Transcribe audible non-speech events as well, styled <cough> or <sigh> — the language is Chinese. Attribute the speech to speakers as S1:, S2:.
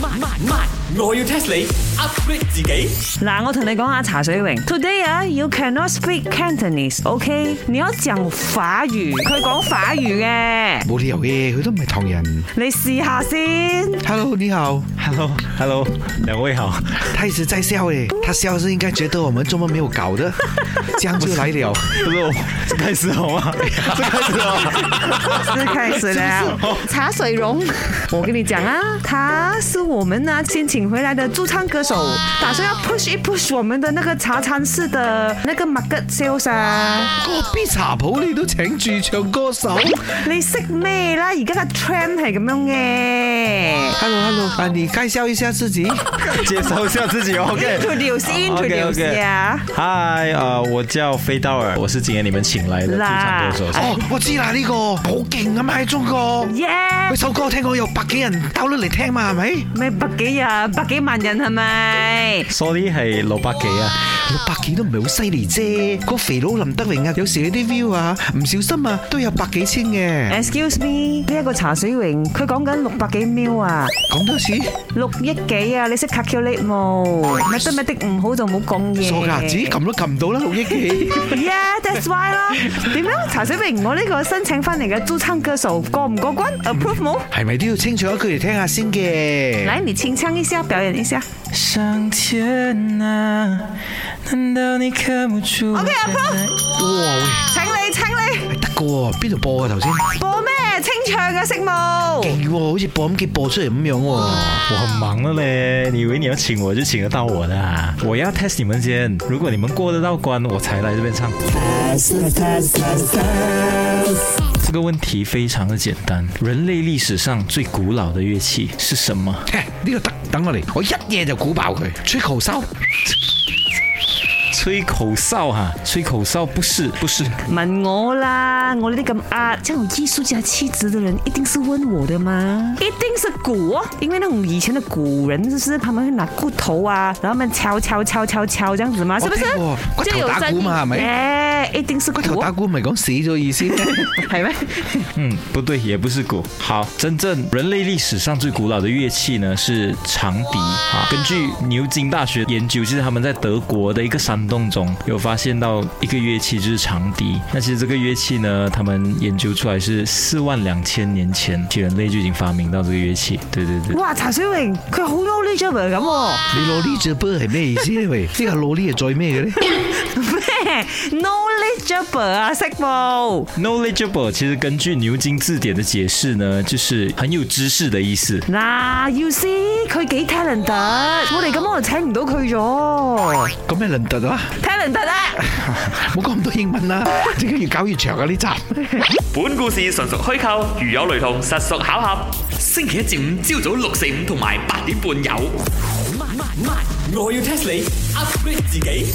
S1: 慢慢，我要 test 你 upgrade 自己。
S2: 嗱，我同你講下茶水榮，Today 啊，you cannot speak Cantonese，OK？、你要講法語，佢講法語嘅，
S3: 冇理由嘅，佢都唔係唐人。
S2: 你試下先。
S3: Hello，你好，
S4: Hello，Hello，两位好。
S3: 他一直在笑诶，他笑是应该觉得我们做梦没有搞 <laughs> 的，这样就来了。
S4: 不是我，是开始好吗？是开始好吗？
S2: 是开始了。 <laughs> 茶水荣，我跟你讲啊，他是我们呢、先请回来的驻唱歌手，打算要 push 一 push 我们的那个茶餐室的那个 market sales 啊。
S3: 個 B 茶鋪你都請駐唱歌手
S2: 你识咩啦？而家嘅 trend 系咁样嘅。
S3: ？Hello，Hello，啊，你介紹一下自 <laughs> 己。
S4: 介绍一下自己，OK。
S2: Introduce, introduce 啊呀。
S4: 嗨，呃，我叫飞道尔，我是今天你们请来的驻唱歌手。
S5: 哎
S3: 哦，我知啦，呢個好勁啊嘛，喺中國。佢
S2: Yeah，
S3: 首歌聽講有百幾人 download 嚟聽嘛，係咪？
S2: 咩百幾人、百幾萬人係咪？
S4: Sorry 係六百幾啊，
S3: 六百幾都唔係好犀利啫。個肥佬林德榮啊，有時嗰啲 view 啊，唔小心啊，都有百幾千嘅。
S2: Excuse me，呢一個茶水榮，佢講緊六百幾 mil 啊，
S3: 講多次，
S2: 六億幾啊，你識 calculate 冇？咪得咪的，唔好就冇講嘢。
S3: 傻噶，自己撳都撳唔到啦，六億幾。
S2: Yeah，that's why 啦。點樣？茶水榮，我呢個申請翻嚟嘅駐唱歌手過唔過關？Approve 冇？
S3: 係咪都要清楚一句嚟聽下先嘅？
S2: 來，你清唱一下，表演一下。
S5: 上天啊，难道你看不出
S4: 嗯
S2: OK，
S5: 我
S2: approve。
S3: 哇
S2: 請你，請你
S3: 喂，得噶喎，邊度播啊頭先？
S2: 播咩清唱嘅識冇？
S3: 勁喎，好似播音機播出嚟咁樣喎。
S4: 我很忙的嘞。你以为你要请我就请得到我的、啊？我要 test 你们先，如果你们过得到关，我才来这边唱。这个问题非常的简单，人类历史上最古老的乐器是什么？
S3: 嘿呢個得等我嚟，我一嘢就鼓爆佢，吹球收。
S4: 吹口哨哈、吹口哨不是不是，
S2: 問我啦，我呢啲咁啊，這種藝術家氣質的人，一定是問我的嘛？一定是鼓哦，因為那種以前的古人，就是他們會拿骨頭啊，然後他們敲敲敲敲敲這樣子嘛，是不是
S3: 聽過？骨頭
S2: 就有
S3: 打
S2: 聲
S3: 鼓嘛
S2: 音
S3: 係咪
S2: 耶一定是
S3: 個頭
S2: 鼓
S3: 打
S2: 哦，
S3: 鼓唔係講死咗意思，
S2: 係咩？
S4: 嗯，不对，也不是鼓。好，真正人类历史上最古老的乐器呢是长笛啊。根据牛津大学研究，其实他们在德国的一个山洞中有发现到一个乐器，就是长笛。那其实这个乐器呢，他们研究出来是四万两千年前，其实人类就已经发明到这个乐器。对对对。
S2: 哇！茶水榮佢好 knowledgeable 咁喎
S3: 你攞呢只波係咩意思咧？喂，呢個攞呢係載咩嘅咧？
S2: 咩，knowledgeable 啊，識冇？
S4: Knowledgeable 其实根据牛津字典的解释呢，就是很有知识的意思。
S2: 嗱，you see 佢幾 talent，我哋咁我就請唔到佢咗
S3: 咁咩輪突啊？
S2: ，talent 啊！
S3: 冇講咁多英文啦，陣間越搞越長啊呢集。
S6: 本故事純屬虛構，如有雷同，實屬巧合。星期一至五朝早六四五同埋八點半有。
S1: 慢慢，我要 test 你 upgrade 自己。